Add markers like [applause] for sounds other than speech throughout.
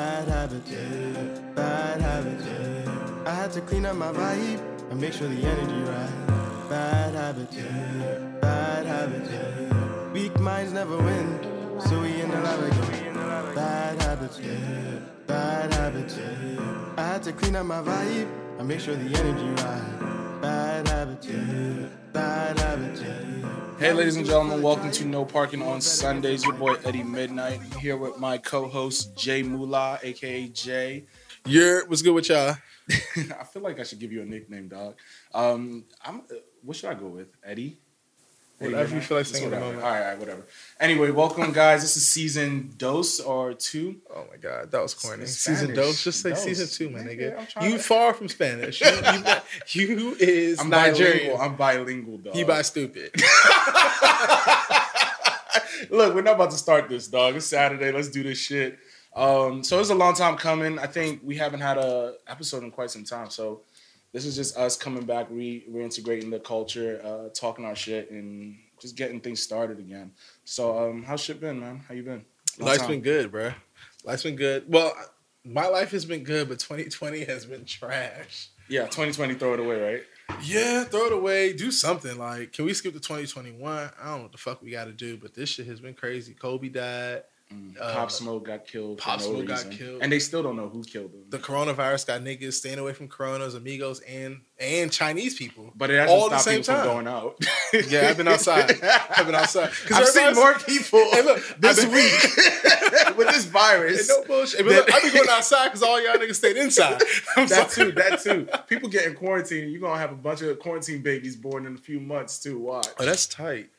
habits, yeah. Bad habits, yeah. I had to clean up my vibe and make sure the energy right. Bad habits, yeah. Bad habits, yeah. Weak minds never win, so we in the lab again. Bad habits, yeah. Bad habits, yeah. I had to clean up my vibe and make sure the energy right. Bad habits, yeah. Bad habits, yeah. Hey, ladies and gentlemen, welcome to No Parking on Sundays. Your boy Eddie Midnight here with my co-host Jay Mula, aka Jay. [laughs] Yeah, what's good with y'all? I feel like I should give you a nickname, dog. Um, I'm. uh, What should I go with, Eddie? Eddie Whatever you Midnight? feel like It's saying at the whatever. moment. All right, all right, whatever. Anyway, welcome guys. This is season dose or two. Oh my god, that was corny. It's Season Spanish. dose, just say Dose. season two, my Nigga, nigga. I'm trying You to- far from Spanish. You, [laughs] you, not- you is I'm Nigerian. bilingual. I'm bilingual, dog. He by stupid. Look, we're not about to start this, dog. It's Saturday. Let's do this shit. Um, so it's a long time coming. I think we haven't had a episode in quite some time. So this is just us coming back, re- reintegrating the culture, uh, talking our shit, and just getting things started again. So um, how's shit been, man? How you been? Long Life's time. been good, bro. Life's been good. Well, my life has been good, but 2020 has been trash. Yeah, 2020, throw it away, right? Yeah, throw it away. Do something. Like, can we skip to 2021? I don't know what the fuck we got to do, but this shit has been crazy. Kobe died. Mm. Uh, Pop Smoke got killed. for Pop no Smoke got reason. killed. and they still don't know who killed him. The coronavirus got niggas staying away from coronas, amigos, and and Chinese people. but it hasn't all at the stopped same people time. from going out. Yeah, I've [laughs] been outside. I've been outside. 'Cause I've seen everybody's- more people [laughs] Hey, look, this I've been- week [laughs] [laughs] with this Ain't virus. no bullshit. But look, I be going outside because all y'all niggas [laughs] stayed inside. [laughs] I'm that sorry. too, that too. People getting quarantined. You're gonna have a bunch of quarantine babies born in a few months too. Watch. Oh, that's tight.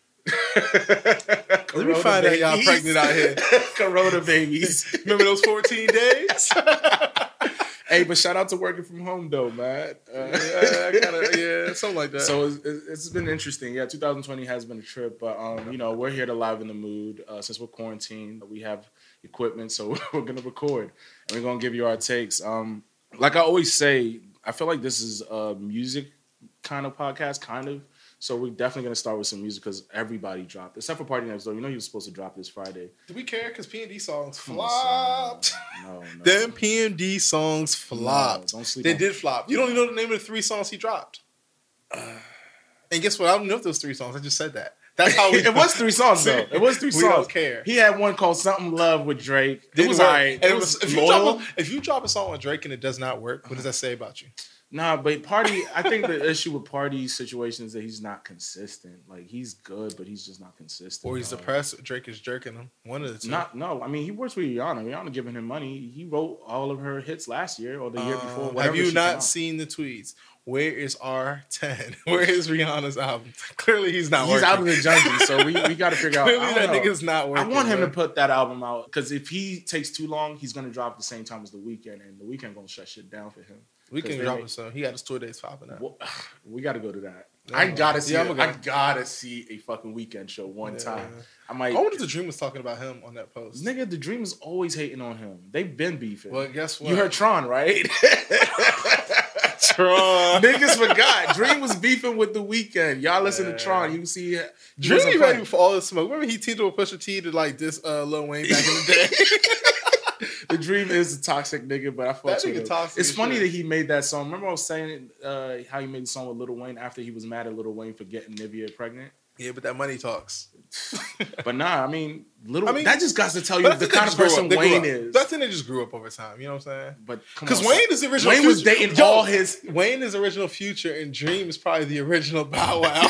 Let Let me find out y'all pregnant out here. [laughs] Corona babies. [laughs] Remember those 14 days? [laughs] hey, but shout out to working from home though, man. Uh, yeah, I gotta, yeah, something like that. So it's, it's it's been interesting. Yeah, 2020 has been a trip, but um, you know we're here to live in the mood uh, since we're quarantined. We have equipment, so [laughs] we're gonna record and we're gonna give you our takes. Um, like I always say, I feel like this is a music kind of podcast, kind of. So we're definitely gonna start with some music because everybody dropped, except for Party Next Door. You know he was supposed to drop this Friday. do we care? Because P and D songs Come on, [laughs] flopped. son. No, no. Them PMD songs flopped. No, don't sleep they on- did flop. You don't even know the name of the three songs he dropped. Uh. and guess what? I don't know if those three songs. I just said that. That's how we. Oh, [laughs] it was three [laughs] songs though. It was three We songs. don't care. He had one called "Something Love" with Drake. It Didn't was work. alright. And it was, if, you loyal. Uh-huh. drop a, if you drop a song with Drake and it does not work, what does that say about you? Nah, but party. I think the issue with party situation is that he's not consistent. Like he's good, but he's just not consistent. Or he's dog. depressed. or Drake is jerking him. One of the two. Not no. I mean, he works with Rihanna. Rihanna giving him money. He wrote all of her hits last year or the year Um, before. have whatever you she came not out. seen the tweets? Where is R10? [laughs] Where is Rihanna's album? [laughs] Clearly, he's not. He's working. out of the jungle, so we, we got to figure out. I, [laughs] Clearly, don't that know. nigga's not I working. want him bro. to put that album out because if he takes too long, he's gonna drop the same time as the weekend, and the weekend gonna shut shit down for him. We 'cause can they drop make- it soon. He got his tour dates popping up. Well, [sighs] we got to go to that. Yeah. I gotta see. Yeah, Yeah, I'ma go. I gotta see a fucking weekend show one Yeah. Oh, time. I might. I wonder if the Dream was talking about him on that post. Nigga, the dream is always hating on him. They've been beefing. Well, guess what? you heard Tron, [laughs] right? Tron. Niggas forgot. Dream was beefing with the weekend. Y'all listen Yeah. to Tron. You see, he Dream wasn't be ready playing. for all the smoke. Remember he teamed up with Pusha T to like this uh, Lil Wayne back in the day. [laughs] the Dream is a toxic nigga, but I fuck That with nigga him. toxic It's as funny shit. that he made that song. Remember I was saying uh, how he made the song with Lil Wayne after he was mad at Lil Wayne for getting Nivea pregnant. yeah, but that money talks. But nah, I mean, Lil I mean- that just got to tell But you I the think kind they of just grew person up. They grew Wayne up. is. But I think they just grew up over time. You know what I'm saying? But come Because on, Wayne is the original. Wayne was Future. dating Yo, all his Wayne is original Future, and Dream is probably the original [laughs] Bow Wow.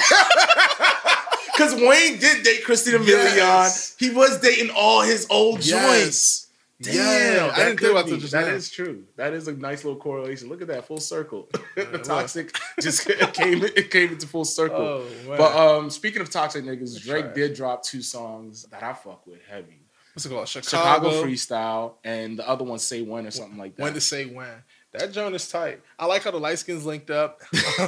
Because Wayne did date Christina Yes. Milian. He was dating all his old joints. Damn, Damn, I didn't think that. could about that be- just That now. is true. That is a nice little correlation. Look at that full circle. [laughs] the look. toxic just [laughs] came. It came into full circle. Oh, man. but um, speaking of toxic niggas, Drake trash. did drop two songs that I fuck with heavy. What's it called? Chicago, Chicago, Freestyle and the other one Say When or something like that. When to say when? That joint is tight. I like how the light skins linked up.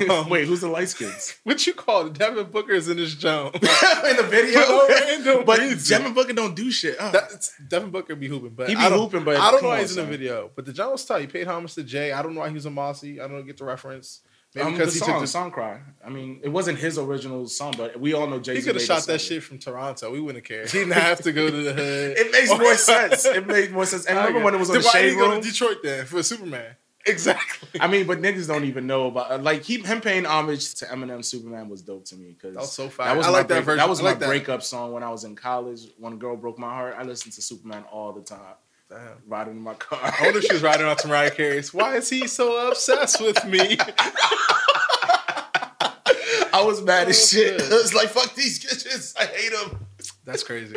Um, Wait, who's the [laughs] light skins? what you call it? Devin Booker is in this joint. [laughs] [laughs] In the video, For no random [laughs] but reason. Devin Booker don't do shit. Uh. That's Devin Booker be hooping, but He be I don't- hooping, but I don't come know why on, he's in the son. video. But the John was tight. He paid homage to Jay. I don't know why he was in Mossy. I don't get the reference. Maybe um, the because he song, took the song cry. I mean, it wasn't his original song, but we all know Jay Z. He could have shot that shit from Toronto. We wouldn't care. He didn't have to go to the hood. It makes [laughs] [laughs] more sense. It made more sense. And remember when it was on the Then why shade did he go room? to Detroit then for Superman? Exactly. I mean, but niggas don't even know about uh, like he, him paying homage to Eminem Superman was dope to me because That was so fire. I like that version. That was I my like that. breakup song when I was in college. One girl broke my heart. I listened to Superman all the time, Damn. riding in my car. [laughs] I wonder if she was riding on some Mariah Carey's. Why is he so obsessed with [laughs] me? I was mad as shit. Oh, It's good. like, fuck these bitches. I hate them. That's crazy.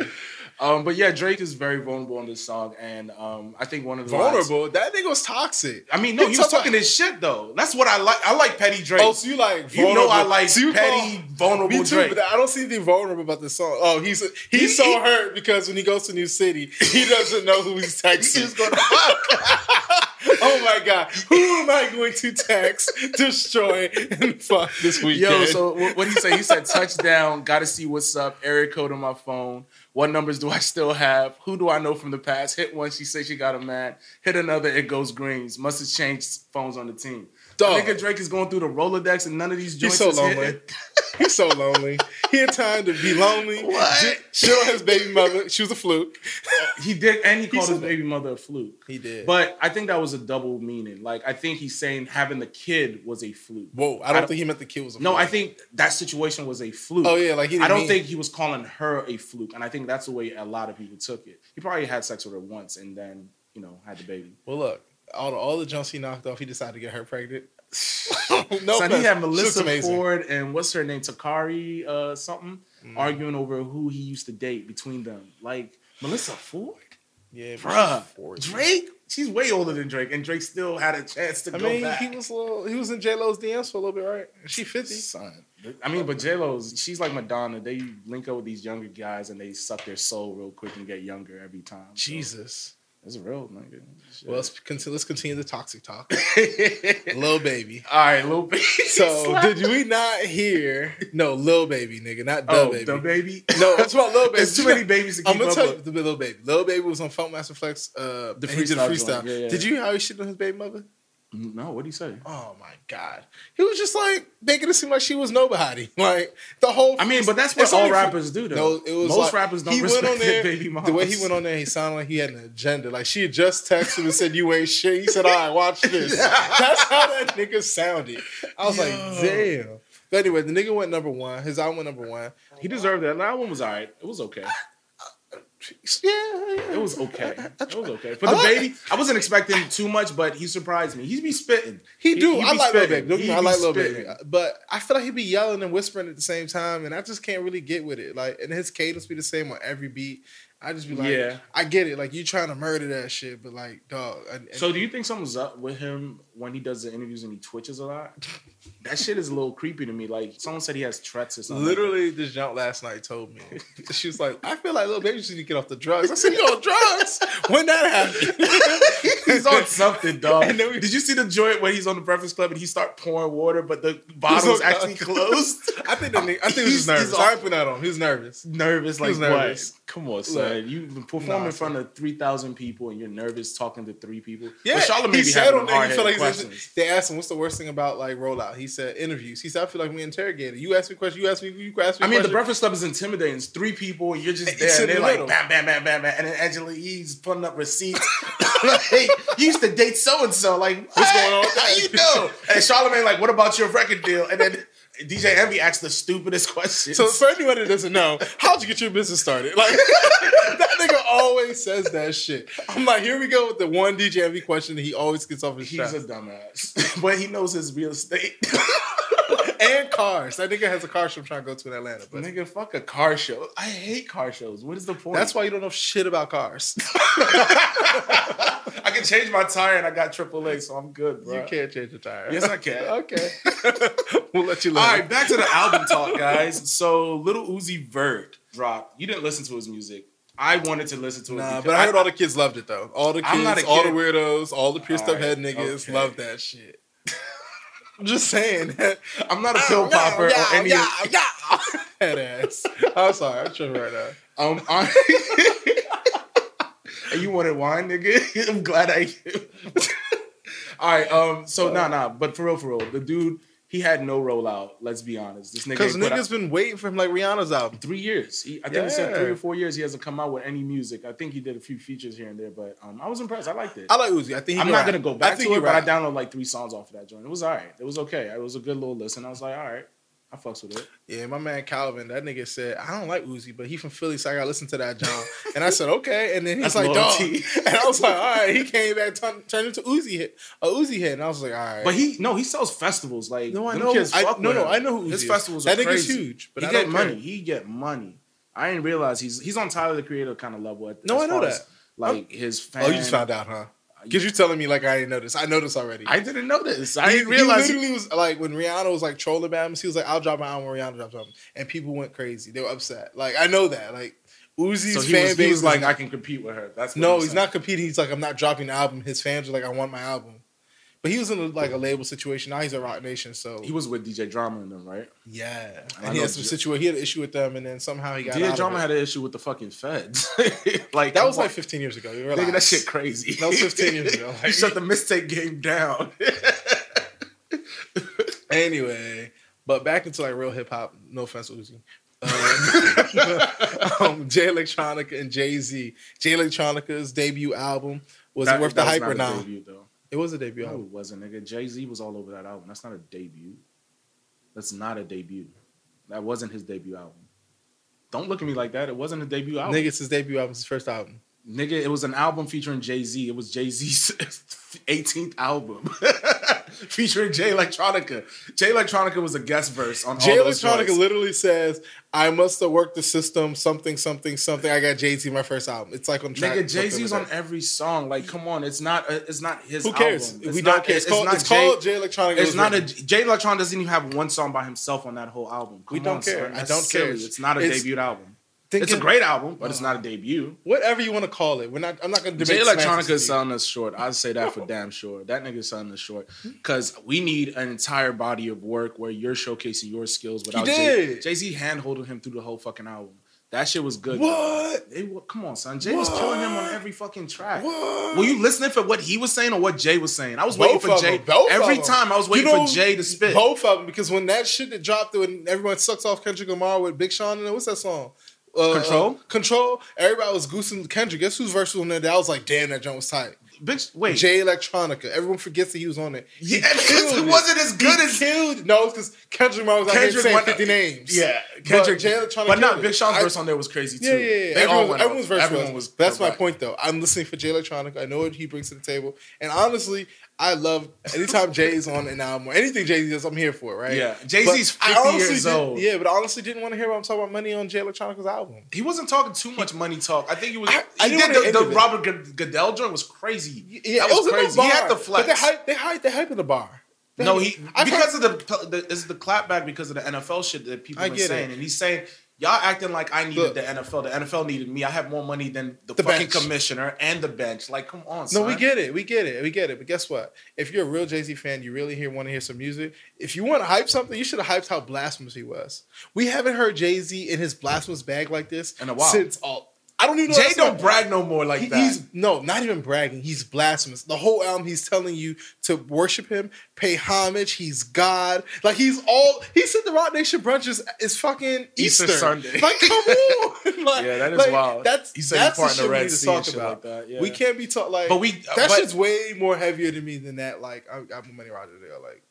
Um, but yeah, Drake is very vulnerable on this song, and um, I think one of the lines- Vulnerable. That nigga was toxic. I mean, no, He he was talking- talking his shit though. That's what I like. I like petty Drake. Oh, so you like you know, I vulnerable. like So you petty, vulnerable Me too, Drake. but I don't see anything vulnerable about this song. Oh, he's he's He- so he- hurt because when he goes to New City, he doesn't know who [laughs] he's texting. He's gonna fuck. [laughs] oh my god, who am I going to text, destroy, and fuck this weekend? Yo, so what what he say? He said touchdown. Got to see what's up. Area code on my phone. What numbers do I still have? Who do I know from the past? Hit one. She says she got a man. Hit another. It goes greens. Must have changed phones on the team. Dog. Nigga Drake is going through the Rolodex and none of these He's joints. so is hitting. lonely. He's so lonely. He had time to be [laughs] lonely. What? J- Shit on his baby mother. She was a fluke. He did, and he called said his that. baby mother a fluke. He did. But I think that was a double meaning. Like I think he's saying having the kid was a fluke. Whoa, I don't think he meant the kid was a No, fluke. I think that situation was a fluke. Oh, yeah, like, he didn't I don't mean- think he was calling her a fluke, and I think that's the way a lot of people took it. He probably had sex with her once, and then you know had the baby. Well, look, all the, all the jumps he knocked off, he decided to get her pregnant. [laughs] no, so offense. he had She looks Melissa amazing. Mm. Ford and what's her name, Takari, uh, something, arguing over who he used to date between them. Like Melissa Ford, Yeah, but bruh, she's 40. Drake. She's way older than Drake, and Drake still had a chance to I go mean, back. he was a little, he was in J Lo's DMs for a little bit, right? She fifty. Son. I mean, but J Lo's she's like Madonna. They link up with these younger guys and they suck their soul real quick and get younger every time. So, Jesus. it's real, nigga. Shit. Well, let's continue, let's continue the toxic talk. [laughs] Lil baby. [laughs] all right, Lil Baby. [laughs] So did we not hear? No, Lil baby, nigga, not the [laughs] Oh, baby. the baby. [laughs] No, it's about [laughs] Lil Baby. There's too many babies to keep I'm gonna up tell with. you the Lil Baby. Lil Baby was on Funk Master Flex. Uh, the He did a freestyle freestyle. joint. Yeah, yeah. Did you hear how he shit on his baby mother? No, what do you say? Oh my god, he was just like making it seem like she was nobody. [laughs] Like the whole. I mean, but that's what [laughs] It's all only for- rappers do, though. No, it was Most like- rappers don't he respect went on there, their [laughs] baby moms. The way he went on there, he sounded like he had an agenda. Like she had just texted him and said, "You ain't shit." He said, "All right, watch this." [laughs] That's how that nigga sounded. I was like, "Damn." But anyway, the nigga went number one. His album went number one. he deserved that. That one was all right. It was okay. Yeah, It yeah. was [laughs] okay. It was okay. For the I like- baby, I wasn't expecting too much, but he surprised me. He'd be spitting. He do. he I be like Lil spitting. Baby. Don't get He me wrong, be I like Lil spitting. Baby. But I feel like he be yelling and whispering at the same time, and I just can't really get with it. Like, and his cadence be the same on every beat. I just be like, Yeah. I get it. Like you trying to murder that shit, but like, dog. And, and- So do you think something's up with him when he does the interviews and he twitches a lot? [laughs] That shit is a little creepy to me. Like someone said he has Tourette's or something. Literally, this junk last night told [laughs] me she was like, "I feel like little baby should get off the drugs." I said, "You on [laughs] drugs? When that happened?" [laughs] he's on something, dog. And then we- Did you see the joint when he's on the Breakfast Club and he start pouring water, but [laughs] the He's bottle is on- actually [laughs] closed? I think the nigga, I think he was He's- just nervous. he's I off. put that on. him. He was nervous. nervous, like was nervous. what? Come on, son. You perform Nah, in front of three thousand people and you're nervous talking to three people. Yeah, but Charlamagne be having them hard-headed like he's- questions. they asked him, "What's the worst thing about like rollout?" He said, "Interviews." He said, "I feel like we interrogated. You asked me questions. You asked me. You asked me." I mean, the questions. Breakfast Club is intimidating. It's three people, and you're just It's there, and in they're the like, middle. bam, bam, bam, bam, bam. And then Angela Yee's putting up receipts. [laughs] like, you used to date so and so. Like, What's what? going on? How you know? And Charlamagne, like, what about your record deal? And then DJ Envy asks the stupidest [laughs] questions. So for anyone that doesn't know, how'd you get your business started? Like [laughs] that nigga always says that shit. I'm like, here we go with the one DJ MV question that he always gets off his he's chest. a dumbass, [laughs] but he knows his real estate. [laughs] and cars. That nigga has a car show I'm trying to go to in Atlanta. But Nigga, fuck a car show. I hate car shows. What is the point? that's why you don't know shit about cars. [laughs] I can change my tire and I got AAA, so I'm good, bro. you can't change the tire. Yes, I [laughs] can. okay. we'll let you live. All right, back to the album talk, guys. So, Little Uzi Vert dropped. You didn't listen to his music. I wanted to listen to it. Nah, because Uh, but I heard all the kids loved it though. All the kids, I'm not a all the kid. weirdos, all the pierced up Alright, head niggas okay. loved that shit. [laughs] I'm just saying. [laughs] I'm not a pill popper or any. Yeah, yeah. Head ass. I'm sorry. I'm tripping right now. Um, I, [laughs] And you wanted wine, nigga. [laughs] I'm glad I. All right. Um. So nah, nah. But for real, for real, the dude He had no rollout. Let's be honest. This nigga Because ain't put niggas been waiting for him like Rihanna's album. out three years. He, I think he said Yeah. three or four years. He hasn't come out with any music. I think he did a few features here and there, but um, I was impressed. I liked it. I like Uzi. I think he I'm not rap. gonna go back I to think it, he but I rap. downloaded like three songs off of that joint. It was all right. It was okay. It was a good little listen. I was like, all right, I fucks with it. Yeah, my man Calvin, that nigga said, I don't like Uzi, but he from Philly, so I gotta listen to that John. and I said, okay. And then he's That's like, dog. loyalty. [laughs] And I was like, all right. He came back, turn- turned into Uzi hit, a Uzi hit, and I was like, all right. But he no, he sells festivals. Like no, I them know, Kids I, fuck no, with no, him. I know who Uzi His is. festivals That are nigga's crazy. huge, but he I get don't money. care. He get money. I didn't realize he's he's on Tyler the Creator kind of level. At, No, as I know far as, that. Like his fan. Oh, you just found out, huh? Because you're telling me like I didn't notice. I noticed already. Uh, I didn't know this. I He- didn't realize. He He, literally was like when Rihanna was like trolling about him. He was like, "I'll drop my album." when Rihanna drops album, and people went crazy. They were upset. Like I know that. Like Uzi's so he fan was, base he was is like, not- I can compete with her. That's what [laughs] no, I'm he's [laughs] saying. not competing. He's like, I'm not dropping the album. His fans are like, I want my album. But he was in like a label situation. Now he's at Rock Nation. So He was with DJ Drama and them, right? yeah, I and he know had some J- situation. He had an issue with them, and then somehow he got out DJ of Drama it. had an issue with the fucking feds. [laughs] like that was come on. like 15 years ago. You Nigga, that relax. shit crazy. That was 15 years [laughs] ago. he shut the mistake game down. Anyway, but back into like real hip hop. No offense, [laughs] Uzi. Um, [laughs] um, Jay Electronica and Jay Z. Jay Electronica's debut album was That- it worth that the was hype not or a not? debut, though. It was a debut No, it album. wasn't, nigga. Jay Z was all over that album. That's not a debut. That's not a debut. That wasn't his debut album. Don't look at me like that. It wasn't a debut album. Nigga, Nigga, it's his debut album. It's his first album. it was an album featuring Jay Z. It was Jay Z's [laughs] 18th album [laughs] featuring Jay Electronica. Jay Electronica was a guest verse on Jay all those Electronica joints. literally says, "I must have worked the system. Something, something, something. I got Jay Z my first album. It's like on track. Nigga, Jay Z's on something like every song. Like, come on, it's not. It's not his. that. Who cares? Album. It's we not- don't care. It's, it's called, not it's Jay- called Jay Electronica. It It's was not a written. Jay Electron doesn't even have one song by himself on that whole album. We Come don't on, care. son. I That's don't care. silly. It's not a It's- Uh, debut album. Think It's a of- great album, but it's not a debut. whatever you want to call it. We're not. I'm not going to Jay debate. Electronica semantics is with you. selling us short. I'd say that for damn sure. That nigga's selling us short because we need an entire body of work where you're showcasing your skills without Jay did. Z hand holding him through the whole fucking album. That shit was good. What? They were- come on, son. Jay was killing him on every fucking track. What? Were you listening for what he was saying or what Jay was saying? I was waiting Both for of Jay. them, both of every them. time I was You waiting know, for Jay to spit. Both of them, because when that shit that dropped, when everyone sucks off Kendrick Lamar with Big Sean, and what's that song? Uh, Control? uh, Control. Everybody was goosing Kendrick. Guess whose verse was on there? That I was like, damn, that joint was tight. Bitch, wait. Jay Electronica. Everyone forgets that he was on it. Yeah, because killed it it. wasn't as good as Killed. No, it's because Kendrick Lamar was out Kendrick here saying went- 50 names. Yeah, Kendrick. But Jay Electronica. But not killed it. Big Sean's I- verse on there was crazy too. Yeah, yeah, yeah. They all Everyone- went everyone's off. verse Everyone was. was. That's my correct. point, though. I'm listening for Jay Electronica. I know what he brings to the table, and honestly, I love anytime Jay's on an album or anything Jay Z does. I'm here for it, right? Yeah. Jay-Z's But I 50 honestly years didn't- old. Yeah, but I honestly didn't want to hear him talk about money on Jay Electronica's album. He wasn't talking too much money talk. I think he was. I- I he didn't did want the, to the end it. Robert Good- Goodell joint was crazy. Yeah, that it was was in crazy. the bar, he had the But they flex. hype, they hype, they hype in the bar. They No, hype- he I've heard- because of the it's the clapback because of the NFL shit that people I been get saying, it. and he's saying y'all acting like I needed Look. the NFL. The NFL needed me. I have more money than the, The fucking bench. commissioner and the bench. Like, come on, No, son. we get it. We get it. We get it. But guess what? If you're a real Jay Z fan, you really hear, want to hear some music. If you want to hype something, you should have hyped how blasphemous he was. We haven't heard Jay Z in his blasphemous bag like this In a while. since all. I don't even know. Jay that's don't not- brag no more like He- that. he's no, not even bragging. He's blasphemous. The whole album, he's telling you to worship him, pay homage. He's God. Like he's all. He said the Rock Nation brunch is, is fucking Easter Easter, Sunday. [laughs] Like come on. [laughs] Like, Yeah, that is like, wild. That's He said he that's part in the the shit Red we need to Sea and talk shit about. like that, yeah. We can't be taught like. But we- that but- shit's way more heavier to me than that. Like I, I'm money Roger Dale. Like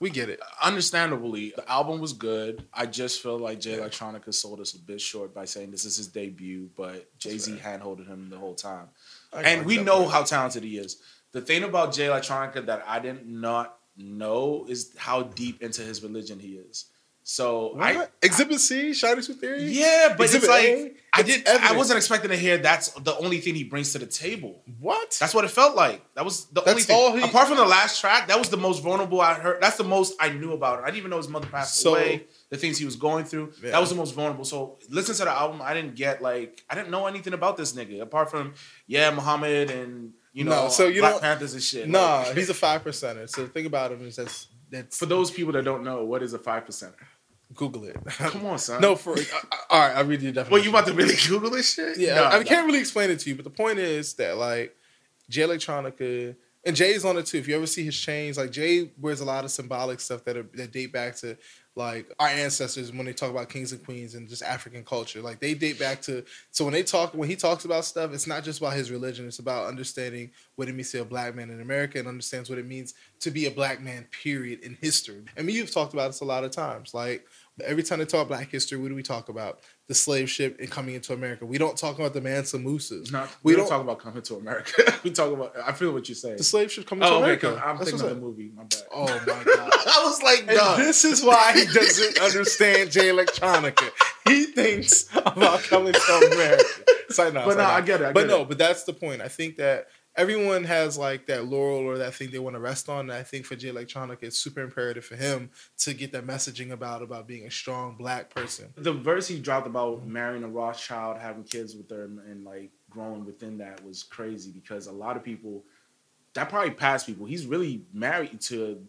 we get it. understandably, the album was good. I just feel like Jay Electronica sold us a bit short by saying this is his debut, but Jay Z handholded him the whole time. I and like we that know part. how talented he is. The thing about Jay Electronica that I did not know is how deep into his religion he is. So What? I Exhibit C, Shiny Suit Theory. yeah, but it's Exhibit like A? I It's did. I evident. wasn't expecting to hear that's the only thing he brings to the table. What? That's what it felt like. That was the That's only thing. all he- Apart from the last track, that was the most vulnerable I heard. That's the most I knew about it. I didn't even know his mother passed So- away. The things he was going through. Yeah. That was the most vulnerable. So listen to the album. I didn't get like I didn't know anything about this nigga apart from yeah, Muhammad and you know No, so you Black don't- Panthers and shit. Nah, Like, he's a five percenter. So the thing about him is that's that's for those people that don't know, what is a five percenter? [laughs] Google it. Come on, son. no, for I, I, all right, I'll read you the definition. Well, you about to really [laughs] Google this shit? Yeah, Nah, I, I nah. can't really explain it to you, but the point is that like Jay Electronica And Jay's on it too. If you ever see his chains, like Jay wears a lot of symbolic stuff that are, that date back to like our ancestors when they talk about kings and queens and just African culture. Like they date back to so when they talk when he talks about stuff, it's not just about his religion. It's about understanding what it means to be a black man in America and understands what it means to be a black man. Period in history. And me, you've talked about this a lot of times. Like every time they talk Black history, what do we talk about? The slave ship and coming into America. We don't talk about the Mansa Musas. Not, we, we, don't, don't, talk about coming to America. [laughs] we talk about. I feel what you're saying. the slave ship coming to Oh, okay. America. I'm That's thinking what's of the up. movie. My bad. Oh my [laughs] god. I was like, And dog. this is why he doesn't understand Jay Electronica. He thinks about coming to America. It's like, no, But it's no, like, I get it, I but get no, but that's the point. I think that everyone has like that laurel or that thing they want to rest on. And I think for Jay Electronica, it's super imperative for him to get that messaging about about being a strong black person. The verse he dropped about marrying a Rothschild, having kids with her, and, and, like growing within that was crazy because a lot of people, that probably passed people. He's really married to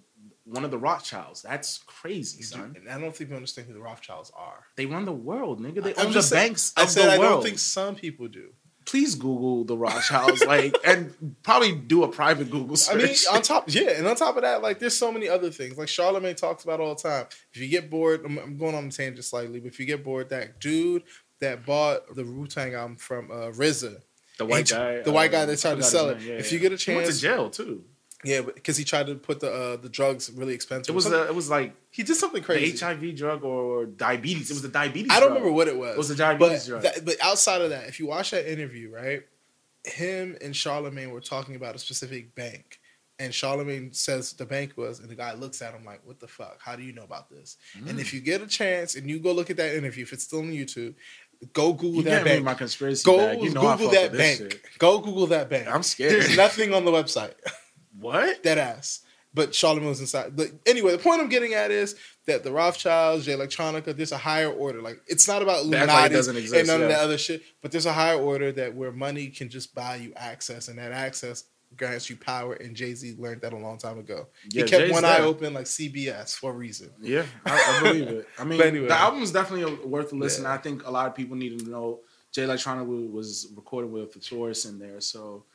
one of the Rothschilds. That's crazy, son. And I don't think people understand who the Rothschilds are. They run the world, nigga. They own I'm the just saying- banks I of said the I world. don't think some people do. Please Google the [laughs] Rothschilds, like, and probably do a private Google I mean, search. on [laughs] top, yeah, and on top of that, like, there's so many other things. Like Charlemagne talks about all the time. If you get bored, I'm, I'm going on a tangent slightly, but if you get bored, that dude that bought the Wu Tang album from uh, RZA, the white and guy, the white uh, guy that I tried to forgot sell his it. name. Yeah, if yeah. you get a He went to chance, jail too. yeah, because he tried to put the uh, the drugs really expensive. It was Something- a, it was like he did something the crazy. HIV drug or diabetes. It was the diabetes. I don't drug. remember what it was. It was the diabetes but, drug. that- but outside of that, if you watch that interview, right, him and Charlemagne were talking about a specific bank. And Charlemagne says the bank was, and the guy looks at him like, What the fuck? How do you know about this? And Mm. if you get a chance and you go look at that interview, if it's still on YouTube, go Google you that can't read bank. my conspiracy. Go bag. You know I Google fuck that with this bank. shit. Go Google that bank. I'm scared. There's nothing on the website What? dead ass. But Charlemagne was inside. But anyway, the point I'm getting at is that the Rothschilds, Jay Electronica, there's a higher order. Like it's not about They act like it Illuminati doesn't and exist, none of yeah. that other shit. But there's a higher order that where money can just buy you access, and that access grants you power. And Jay Z learned that a long time ago. Yeah, he kept Jay's one eye there. open like CBS for [laughs] a reason. Yeah, I, I believe it. I mean, [laughs] But anyway. the album's definitely worth a listen. Yeah. I think a lot of people need to know Jay Electronica wa- was recorded with a thesaurus in there. So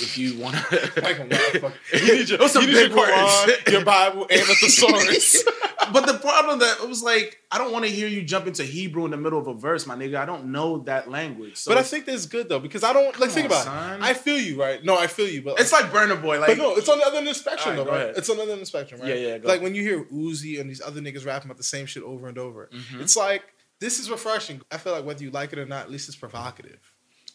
if you [laughs] want Like a to. [laughs] motherfucker. You need your, Those are you need big your Quran, words. [laughs] your Bible, and a [laughs] thesaurus. but the problem that it was like, I don't want to hear you jump into Hebrew in the middle of a verse, my nigga. I don't know that language. So but I think that's good though because I don't Come like think on, about son. it. I feel you, right? No, I feel you, but like, it's like Burner Boy. Like, but no, it's on the other end of the spectrum, Alright, though, go right? ahead. It's on the other end of the spectrum, right? Yeah, yeah, go Like ahead. when you hear Uzi and these other niggas rapping about the same shit over and over, Mhm. it's like this is refreshing. I feel like whether you like it or not, at least it's provocative.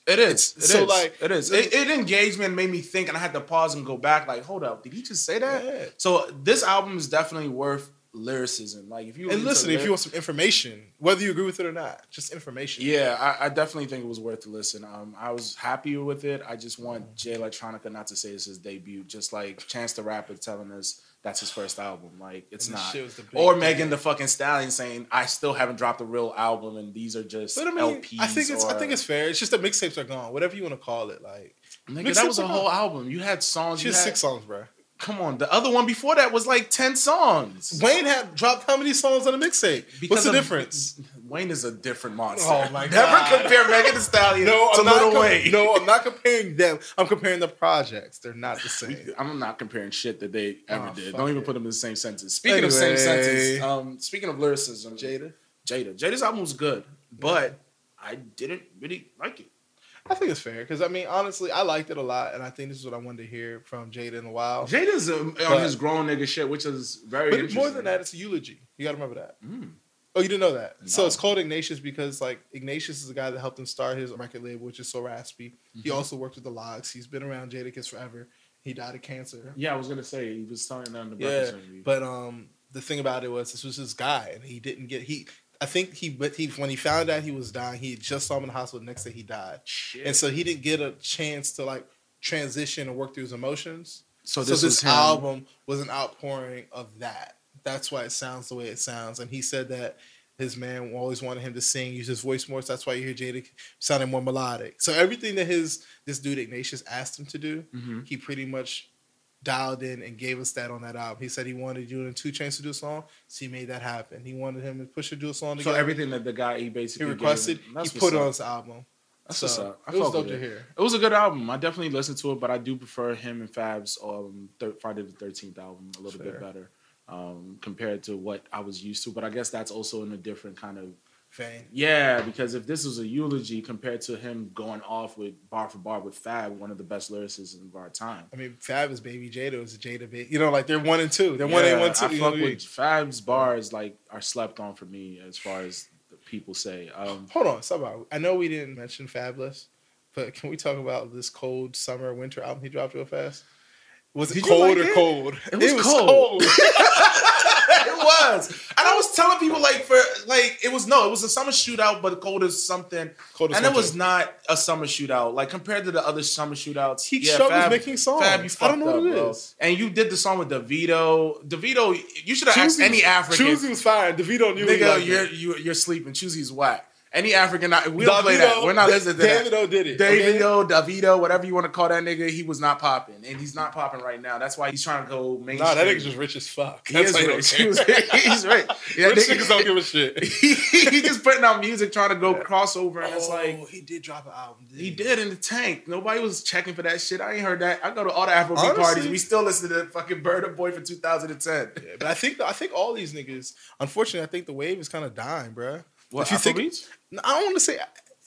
It is. It So, is. like, it is. It, it engaged me and made me think, and I had to pause and go back. Like, hold up, did he just say that? Yeah. So this album is definitely worth lyricism. Like, if you and into listen, if lyric- you want some information, whether you agree with it or not, just information. yeah, I, I definitely think it was worth the listen. Um, I was happy with it. I just want Jay Electronica not to say it's his debut, just like Chance the Rapper telling us that's his first album. Like, it's And this not. shit was the big Or thing. Megan the fucking Stallion saying, "I still haven't dropped a real album, and these are just But I mean, LPs." I think it's I or- think it's fair. It's just that mixtapes are gone, whatever you want to call it. Like, Nigga, mixtapes that was are a gone. whole album. You had songs. she you has had- six songs, bro. Come on, the other one before that was like ten songs. Wayne had dropped how many songs on a mixtape? What's Because the of- difference? Wayne is a different monster. [laughs] Oh, my Never God. compare Megan Thee Stallion to not Little com- Wayne. No, [laughs] I'm not comparing them. I'm comparing the projects. They're not the same. I'm not comparing shit that they ever Oh, did. fuck Don't even it. put them in the same sentence. Speaking of same Anyway. sentence, um, speaking of lyricism, Jada? Jada, Jada's album was good, but I didn't really like it. I think it's fair because I mean, honestly, I liked it a lot, and I think this is what I wanted to hear from Jada in a while. Jada's um, on But- his grown nigga shit, which is very But interesting. more than that, it's a eulogy. You got to remember that. Mm. Oh, you didn't know that. So No. it's called Ignatius because like Ignatius is the guy that helped him start his record label, which is so raspy. He Mm-hmm. also worked with the Logs. He's been around Jadakiss forever. He died of cancer. yeah, I was gonna say he was telling that in the Yeah, breakfast interview. but um, the thing about it was this was his guy, and he didn't get he. I think he, but he when he found out he was dying, he had just saw him in the hospital. The next day, he died, Shit. and so he didn't get a chance to like transition and work through his emotions. so So this, was Oh, him. album was an outpouring of that. That's why it sounds the way it sounds. And he said that his man always wanted him to sing, use his voice more. So that's why you hear Jada sounding more melodic. So everything that his this dude Ignatius asked him to do, Mhm. he pretty much dialed in and gave us that on that album. He said he wanted you and Two Chainz to do a song, so he made that happen. He wanted him and Pusha to do a song So together. everything that the guy he he basically gave requested, him, he that's put what's on up. his album. That's So, what's up. I it was fuck dope with to it. hear. It was a good album. I definitely listened to it, but I do prefer him and Fab's um, thir- Friday the Thirteenth album a little Fair. bit better um, compared to what I was used to. But I guess that's also in a different kind of Fame. yeah. Because if this was a eulogy compared to him going off with bar for bar with Fab, one of the best lyricists of our time. I mean, Fab is Baby Jada is Jada Baby. You know, like they're one and two. They're one Yeah, and one two. I you know fuck what I mean? with Fab's bars like are slept on for me as far as the people say. Um, Hold on, stop. Out. I know we didn't mention Fabulous, but can we talk about this cold summer winter album he dropped real fast? Was it Did you cold like or it? cold? It was cold. [laughs] it was. And I was telling people like for like it was no, it was a summer shootout, but cold as something. Cold as and it winter. was not a summer shootout. Like compared to the other summer shootouts, He yeah, showed Fab, was making songs. Fab, you I fucked don't know up, what it bro. is. And you did the song with DeVito. DeVito, you should have asked Choosy- any African. Choosy was fine. DeVito knew. he Nigga, liked you're it. you, you're sleeping. Choosey's whack. Any African, I- we don't play that. DeVito- We're not listening to that. Davido did it. okay? Davido, Davito, whatever you want to call that nigga, he was not popping, and he's not popping right now. That's why he's trying to go mainstream. Nah, that nigga's just rich as fuck. He That's is why don't rich. care. He's rich. He's [laughs] rich. Yeah, rich nigga- niggas don't give a shit. he, he just putting out music trying to go crossover, and it's like he did drop an album. he did in the tank. Nobody was checking for that shit. I ain't heard that. I go to all the Afrobeat Honestly- parties. We still listen to the fucking Bird of Boy for 2010. Yeah, but I think I think all these niggas. Unfortunately, I think the wave is kind of dying, bruh. What, if you think, Afrobeats? No, I don't want to say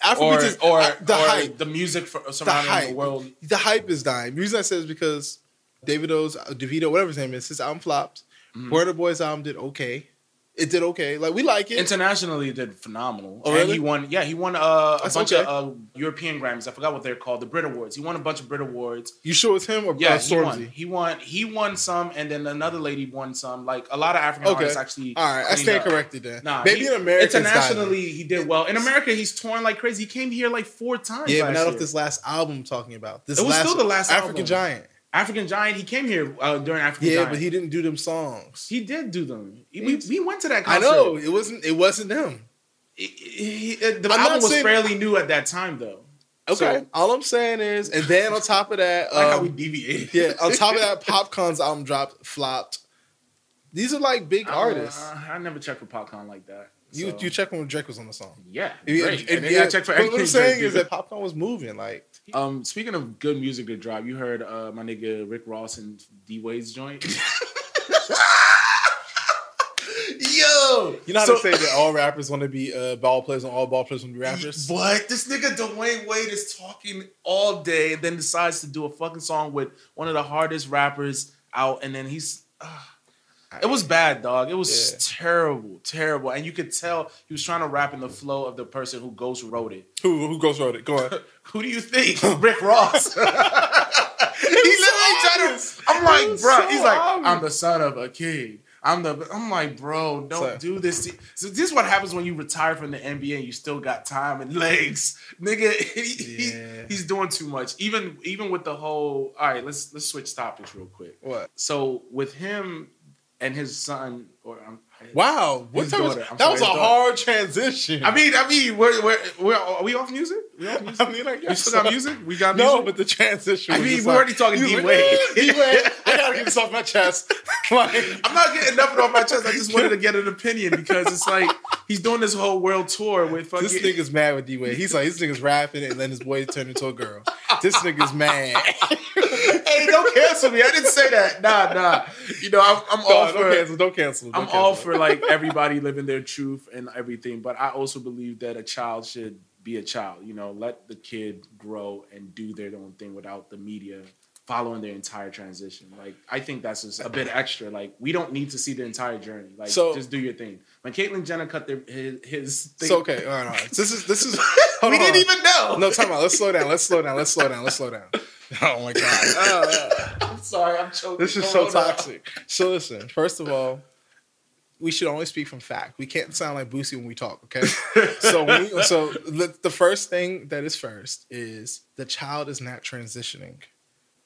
Afrobeats Or, is or, uh, the or hype. the music for, The surrounding the, hype. world. The hype is dying. The reason I say is because Davido's uh, Davido, whatever his name is, his album flopped. Mhm. Where the Boys album did okay. It did okay. Like we like it. Internationally, it did phenomenal. Oh, And really? he won, yeah, he won uh, a That's bunch okay. of uh, European Grammys. I forgot what they're called, the Brit Awards. He won a bunch of Brit Awards. you sure it's him or Yeah, uh, he won. Stormzy? He won. He won some, and then another lady won some. Like a lot of African Okay. artists actually. All right, I cleaned stand up. corrected then. Nah, maybe he- in America, it's dying. internationally he did well. In America, he's torn like crazy. He came here like four times. Yeah, last but not off year. this last album I'm talking about. This It was last, still the last African album. Giant. African Giant. He came here uh, during African Yeah, Giant. but he didn't do them songs. he did do them. We, we went to that I concert. know it wasn't. It wasn't them. He- he- uh, the album I'm not was saying- fairly new at that time though. Okay. So- All I'm saying is, and then on top of that, I like how um, we deviated. [laughs] yeah, on [laughs] top of that, Popcon's album dropped, flopped. These are like big Uh, artists. I never checked for PopCon like that. you so- you check when Drake was on the song. yeah, If you- great. if- and then yeah, I checked for but everything. what I'm saying Drake is did. that Popcon was moving. Like Um, speaking of good music to drop, you heard uh, my nigga Rick Ross and D Wade's [laughs] joint. yo, you know how so- to say that all rappers want to be uh, ball players and all ball players want to be rappers. What? This nigga Dwayne Wade is talking all day, then decides to do a fucking song with one of the hardest rappers out, and then he's. ah. it was bad, dog. It was Yeah. terrible, terrible, and you could tell he was trying to rap in the flow of the person who ghost wrote it. Who who goes wrote it? Go on. Who do you think, [laughs] Rick Ross? he literally tried to. obvious. I'm It like, was bro. so he's like, obvious. I'm the son of a king. I'm the. I'm like, bro, don't So- do this. to- So this is what happens when you retire from the NBA and you still got time and legs, [laughs] nigga. He, he- Yeah. he's doing too much. Even even with the whole. All right, let's let's switch topics real quick. What? So with him and his son, or um, Wow. What His type of- daughter. I'm that sorry, was a his daughter. hard transition. I mean, I mean, we're, we're, we're, are we off music? We off music? [laughs] I mean, I We guess still got so. music? We got music? No, but the transition. I was mean, just we're like- already talking he was D-Wade. [laughs] like, D-Wade. I gotta get this off my chest. [laughs] like, I'm not getting nothing off my chest. I just wanted to get an opinion because it's like he's doing this whole world tour with fucking. this nigga's mad with D Wade. He's like, this nigga's rapping and then his boy turned into a girl. This nigga's mad. hey, don't cancel me. I didn't say that. Nah, nah. You know, I'm, I'm [laughs] all No, for. don't cancel. Don't cancel. Don't I'm cancel. all for like everybody living their truth and everything, but I also believe that a child should be a child. You know, let the kid grow and do their own thing without the media following their entire transition. Like, I think that's just a bit extra. Like, we don't need to see the entire journey. Like, So- just do your thing. When Caitlyn Jenner cut their, his, his thing, So okay, all right, all right. This is this [laughs] is. we hold on. didn't even know. No, time out. Let's slow down. Let's slow down. Let's slow down. Let's slow down. [laughs] Oh my god. I'm sorry, I'm choking. This is so Hold on. toxic. So listen, first of all, we should only speak from fact. We can't sound like Boosie when we talk, [laughs] okay? so when we, so the, the first thing that is first is the child is not transitioning.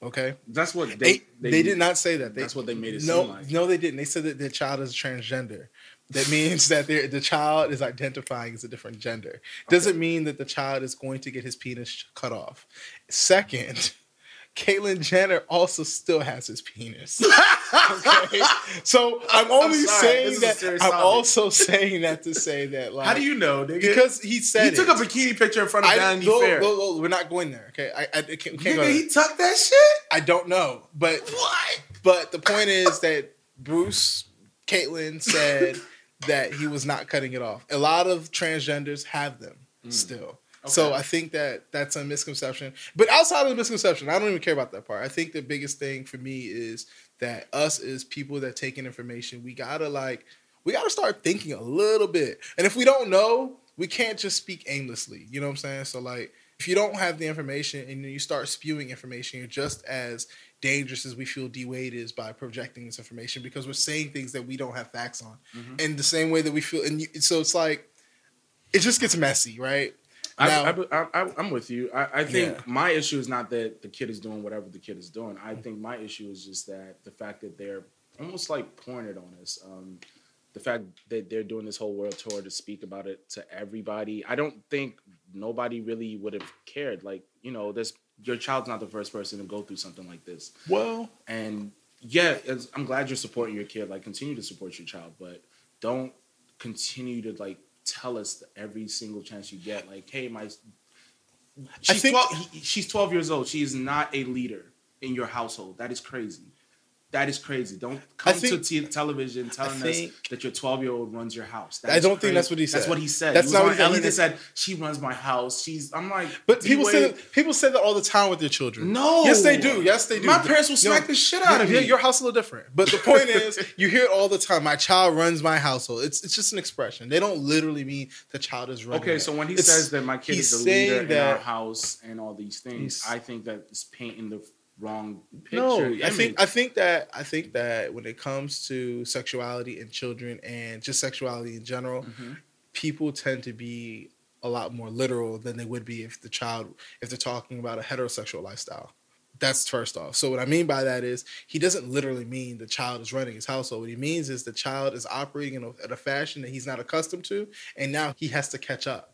Okay? that's what They they they, did not say that. They, that's what they made it no, seem like. No, they didn't. They said that the child is transgender. That means [laughs] that they're- the child is identifying as a different gender. Doesn't mean that the child is going to get his penis cut off. Second, [laughs] Caitlyn Jenner also still has [laughs] his penis. okay? So I'm only sorry, this saying is a that. I'm serious topic. also [laughs] saying that to say that, like, How do you know, nigga? Because he said he took it. a bikini picture in front of I Vanity go- Fair. go- go- we're not going there. Okay, I, I, I can't, can't go nigga, there. he tucked that shit. I don't know, but What? but the point is that Bruce Caitlin said that he was not cutting it off. A lot of transgenders have them still. So Okay. I think that that's a misconception. But outside of the misconception, I don't even care about that part. I think the biggest thing for me is that us as people that take in information, we gotta like we gotta start thinking a little bit. And if we don't know, we can't just speak aimlessly. You know what I'm saying? So like if you don't have the information and you start spewing information, you're just as dangerous as we feel D Wade is by projecting this information because we're saying things that we don't have facts on. And the same way that we feel, and you, so it's like, it just gets messy, right? Now- I, I, I, I, am with you. I, I think Yeah. my issue is not that the kid is doing whatever the kid is doing. I think my issue is just that the fact that they're almost like pouring it on us. Um, the fact that they're doing this whole world tour to speak about it to everybody. I don't think nobody really would have cared. Like, you know, this your child's not the first person to go through something like this. Well, and yeah, it's, I'm glad you're supporting your kid. Like, continue to support your child, but don't continue to like tell us every single chance you get. Like, hey, my she's think- 12, he- she's 12 years old. She is not a leader in your household. That is crazy. That is crazy. Don't come think- to t- television telling think- us that your 12 year old runs your house. That I is don't think that's what he That's said. what he said. That's That's he was not on what he said. He Ellen and did- said she runs my house. She's. I'm like, but people D-Wade, say that, people say that all the time with their children. no. Yes, they do. Yes, they do. My parents will Yo, smack the shit out of yeah, me. Your house is a little different, but [laughs] the point is, you hear it all the time. My child runs my household. It's it's just an expression. They don't literally mean the child is running. Okay, it. so when he It's- says that my kid he's is the leader saying in that- our house and all these things, He's- I think that is painting the wrong picture. No, I think I image. think that I think that when it comes to sexuality and children and just sexuality in general, people tend to be a lot more literal than they would be if the child if they're talking about a heterosexual lifestyle. That's first off. So what I mean by that is he doesn't literally mean the child is running his household. What he means is the child is operating in a, in a fashion that he's not accustomed to, and now he has to catch up.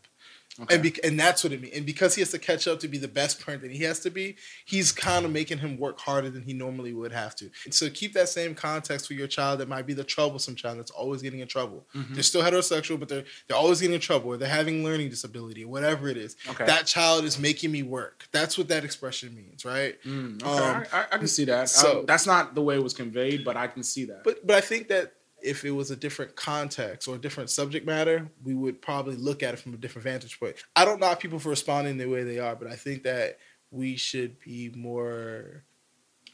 And, be, and that's what it means. And because he has to catch up to be the best parent that he has to be, he's kind of making him work harder than he normally would have to. And so keep that same context for your child that might be the troublesome child that's always getting in trouble. They're still heterosexual, but they're they're always getting in trouble, or they're having learning disability, or whatever it is. Okay. That child is making me work. That's what that expression means, right? Mm, okay, um, I, I, I can see that. so- Um, that's not the way it was conveyed, but I can see that. But but I think that if it was a different context or a different subject matter, we would probably look at it from a different vantage point. I don't knock people for responding the way they are, but I think that we should be more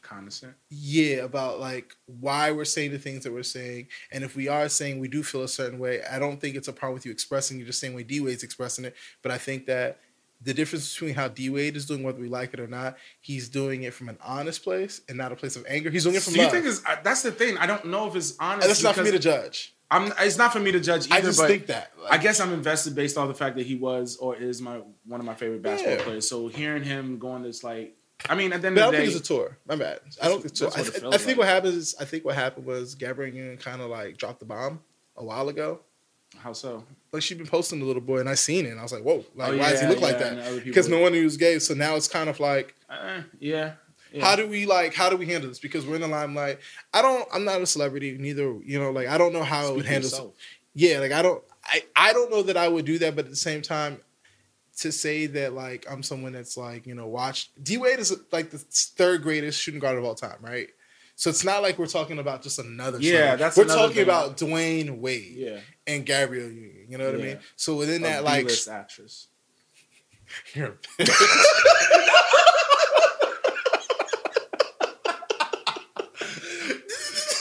Condescend. yeah about like why we're saying the things that we're saying and if we are saying we do feel a certain way i don't think it's a problem with you expressing it the same way d-wade's expressing it but i think that the difference between how d-wade is doing whether we like it or not he's doing it from an honest place and not a place of anger he's doing it from Do you love think is that's the thing? I don't know if it's honest. and that's not for me to because judge I'm, it's not for me to judge either. i just but think that like, I guess I'm invested based off the fact that he was or is my one of my favorite basketball Yeah. players. So hearing him going this like, I mean, at the end but I of don't the think day, it's a tour. My bad. I don't think it's a tour. that's I, what it th- feels I think like. what happens is I think what happened was Gabrielle Union kind of like dropped the bomb a while ago. how so? Like she'd been posting the little boy, and I seen it. And I was like, whoa, like Oh, why does he yeah, look like yeah, and other that? people- Because no one knew he was gay. So now it's kind of like, Uh, yeah. yeah. how do we like how do we handle this? Because we're in the limelight. I don't. I'm not a celebrity neither. You know, like I don't know how Speak it would for handle. yourself. Yeah, like I don't. I I don't know that I would do that, but at the same time. To say that like I'm someone that's like you know watched D Wade is like the third greatest shooting guard of all time, right? So it's not like we're talking about just another. Yeah, shooter. that's we're another talking thing. about Dwayne Wade Yeah. and Gabrielle Union. You know what I Yeah. mean? So within a that like [laughs] B-list actress. You're a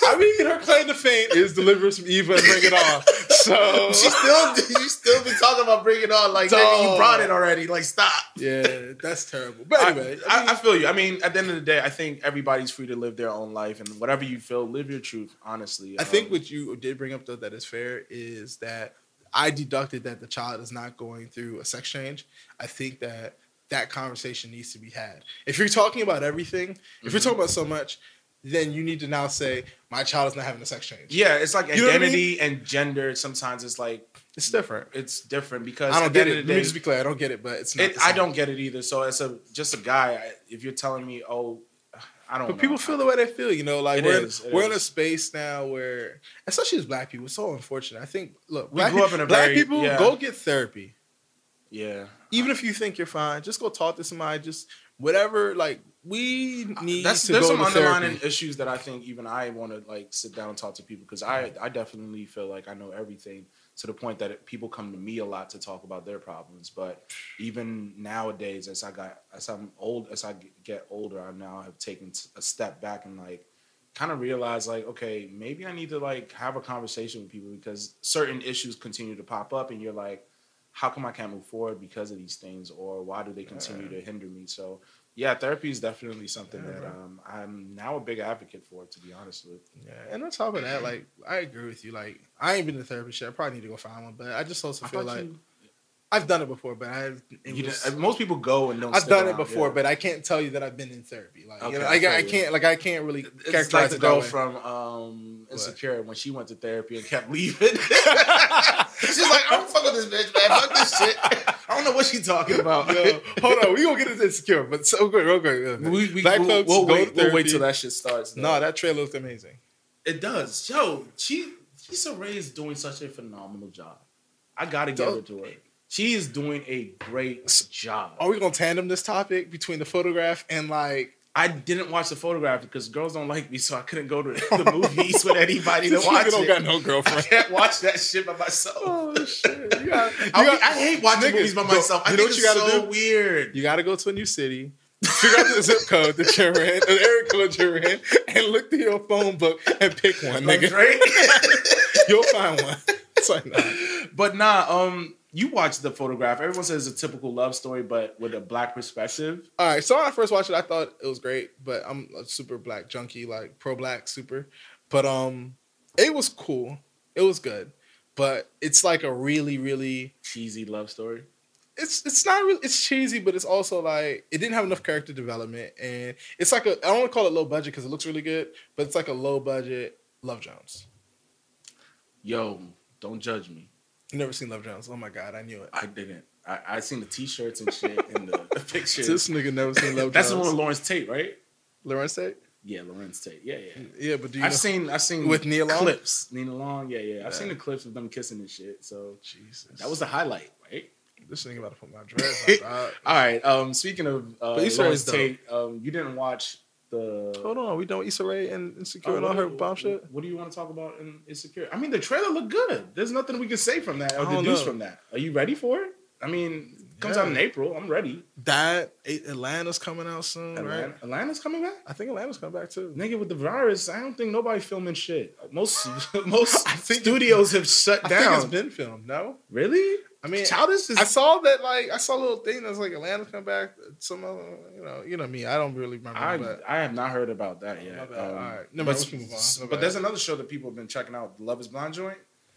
I mean, her claim to fame is deliverance from Eva and bring it on. [laughs] So She still, you still be talking about bringing on like nigga, you Dog. brought it already. Like stop. yeah, that's terrible. But anyway, I, I, I feel you. I mean, at the end of the day, I think everybody's free to live their own life and whatever you feel, live your truth. Honestly, I Um, think what you did bring up though that is fair is that I deducted that the child is not going through a sex change. I think Mm-hmm. that that conversation needs to be had. If you're talking about everything, if you're talking about so much, then you need to now say my child is not having a sex change. Yeah, it's like You know what I identity and gender. Sometimes it's like It's different. it's different because I at don't the get end it. of Let the me day- just be clear. I don't get it, but it's not. It, the I same. don't get it either. So as a just a guy, I- if you're telling me, oh, I don't. But know. people feel the way they feel, you know. Like It we're is, in, it we're in a is. space now where, especially as black people, it's so unfortunate. I think look, We black, grew up peop- in a black very- people yeah. go get therapy. yeah. Even if you think you're fine, just go talk to somebody. Just whatever. Like we need That's to there's go some to underlining therapy. issues that I think even I want to like sit down and talk to people because I I definitely feel like I know everything to the point that it, people come to me a lot to talk about their problems. But even nowadays, as I got as I'm old as I g- get older, I now have taken t- a step back and like kind of realize like okay maybe i need to like have a conversation with people because certain issues continue to pop up and you're like how come i can't move forward because of these things or why do they continue to hinder me so yeah therapy is definitely something that um, i'm now a big advocate for to be honest with Yeah, and on top of that, like I agree with you. Like I ain't been to therapy shit. I probably need to go find one, but I just also I feel feel like you, I've done it before, but I it you was- didn't- most people go and don't I've stick done it around, before, yeah. but I can't tell you that I've been in therapy. Like you Okay, know, I I, feel I you. can't like I can't really it's like characterize the it that girl way. [laughs] from um, Insecure when she went to therapy and kept [laughs] leaving. She's like, I don't fuck with this bitch, man. Fuck this shit. I don't know what she's talking about. Yo, hold on, we gonna get into insecure, but so quick, real quick. real quick. We, we, Black we'll, folks we'll go wait, to we'll wait therapy. till that shit starts. though. No, that trailer looked amazing. it does. Yo, she Issa Rae is doing such a phenomenal job. I gotta give Dope. it to her. She is doing a great job. Are we gonna tandem this topic between the photograph and like? I didn't watch the photograph because girls don't like me, so I couldn't go to [laughs] the movies with anybody to This watch nigga don't got it. [laughs] no I girlfriend. can't watch that shit by myself. oh [laughs] shit! [laughs] You got, [laughs] you I, got- I hate watching Nigga, movies by go- myself. I you know think what you it's gotta so do? weird. You got to go to a new city, figure out the zip code that you're in, the area code you're in, and look through your phone book and pick one, Like nigga. [laughs] Drake. You'll find one. [laughs] It's like, nah. but nah, um, you watch the photograph. Everyone says it's a typical love story, but with a black perspective. All right. So when I first watched it, I thought it was great, but I'm a super black junkie, like pro black, super. But um, it was cool. It was good, but it's like a really, really. cheesy love story. It's it's not really it's cheesy, but it's also like it didn't have enough character development, and it's like a I don't want to call it low budget because it looks really good, but it's like a low budget Love Jones. Yo, don't judge me. You never seen Love Jones? Oh my god, I knew it. I didn't. I, I seen the t-shirts and shit in the, the [laughs] This pictures. nigga never seen [laughs] Love That's the one Jones. with Lawrence Tate, right? Lawrence Tate? Yeah, Lawrence Tate. Yeah, yeah. Yeah, but do you I've know? seen. I've seen With Nia Long? clips. Nina Long. Yeah, yeah. I've seen Yeah. the clips of them kissing and shit. So [laughs] Jesus, that was the highlight, right? this nigga about to put [laughs] my dress. on, dog. All right. Um, speaking of uh, But Lawrence you said it was Tate, um, you didn't watch the. Hold on, we don't Issa Rae and Oh, Insecure and what all her do- bomb shit. What do you want to talk about in Insecure? I mean, the trailer looked good. There's nothing we can say from that or I don't deduce know. from that. Are you ready for it? I mean, it comes out in Yeah. April. I'm ready. That A- Atlanta's coming out soon, Atlanta, right? Atlanta's coming back. I think Atlanta's coming back too. Nigga, with the virus, I don't think nobody filming shit. Most [laughs] most [laughs] I think- studios have shut I down. think it's been filmed. No, really? I mean, Childish is I saw that like I saw a little thing that's like Atlanta's coming back. Some other, you know, you know me. I don't really remember. I, Um, but I have not heard about that yet. My Um, bad. All right. No, but, man, we can move on. My but bad. there's another show that people have been checking out, Love Is Blind joint.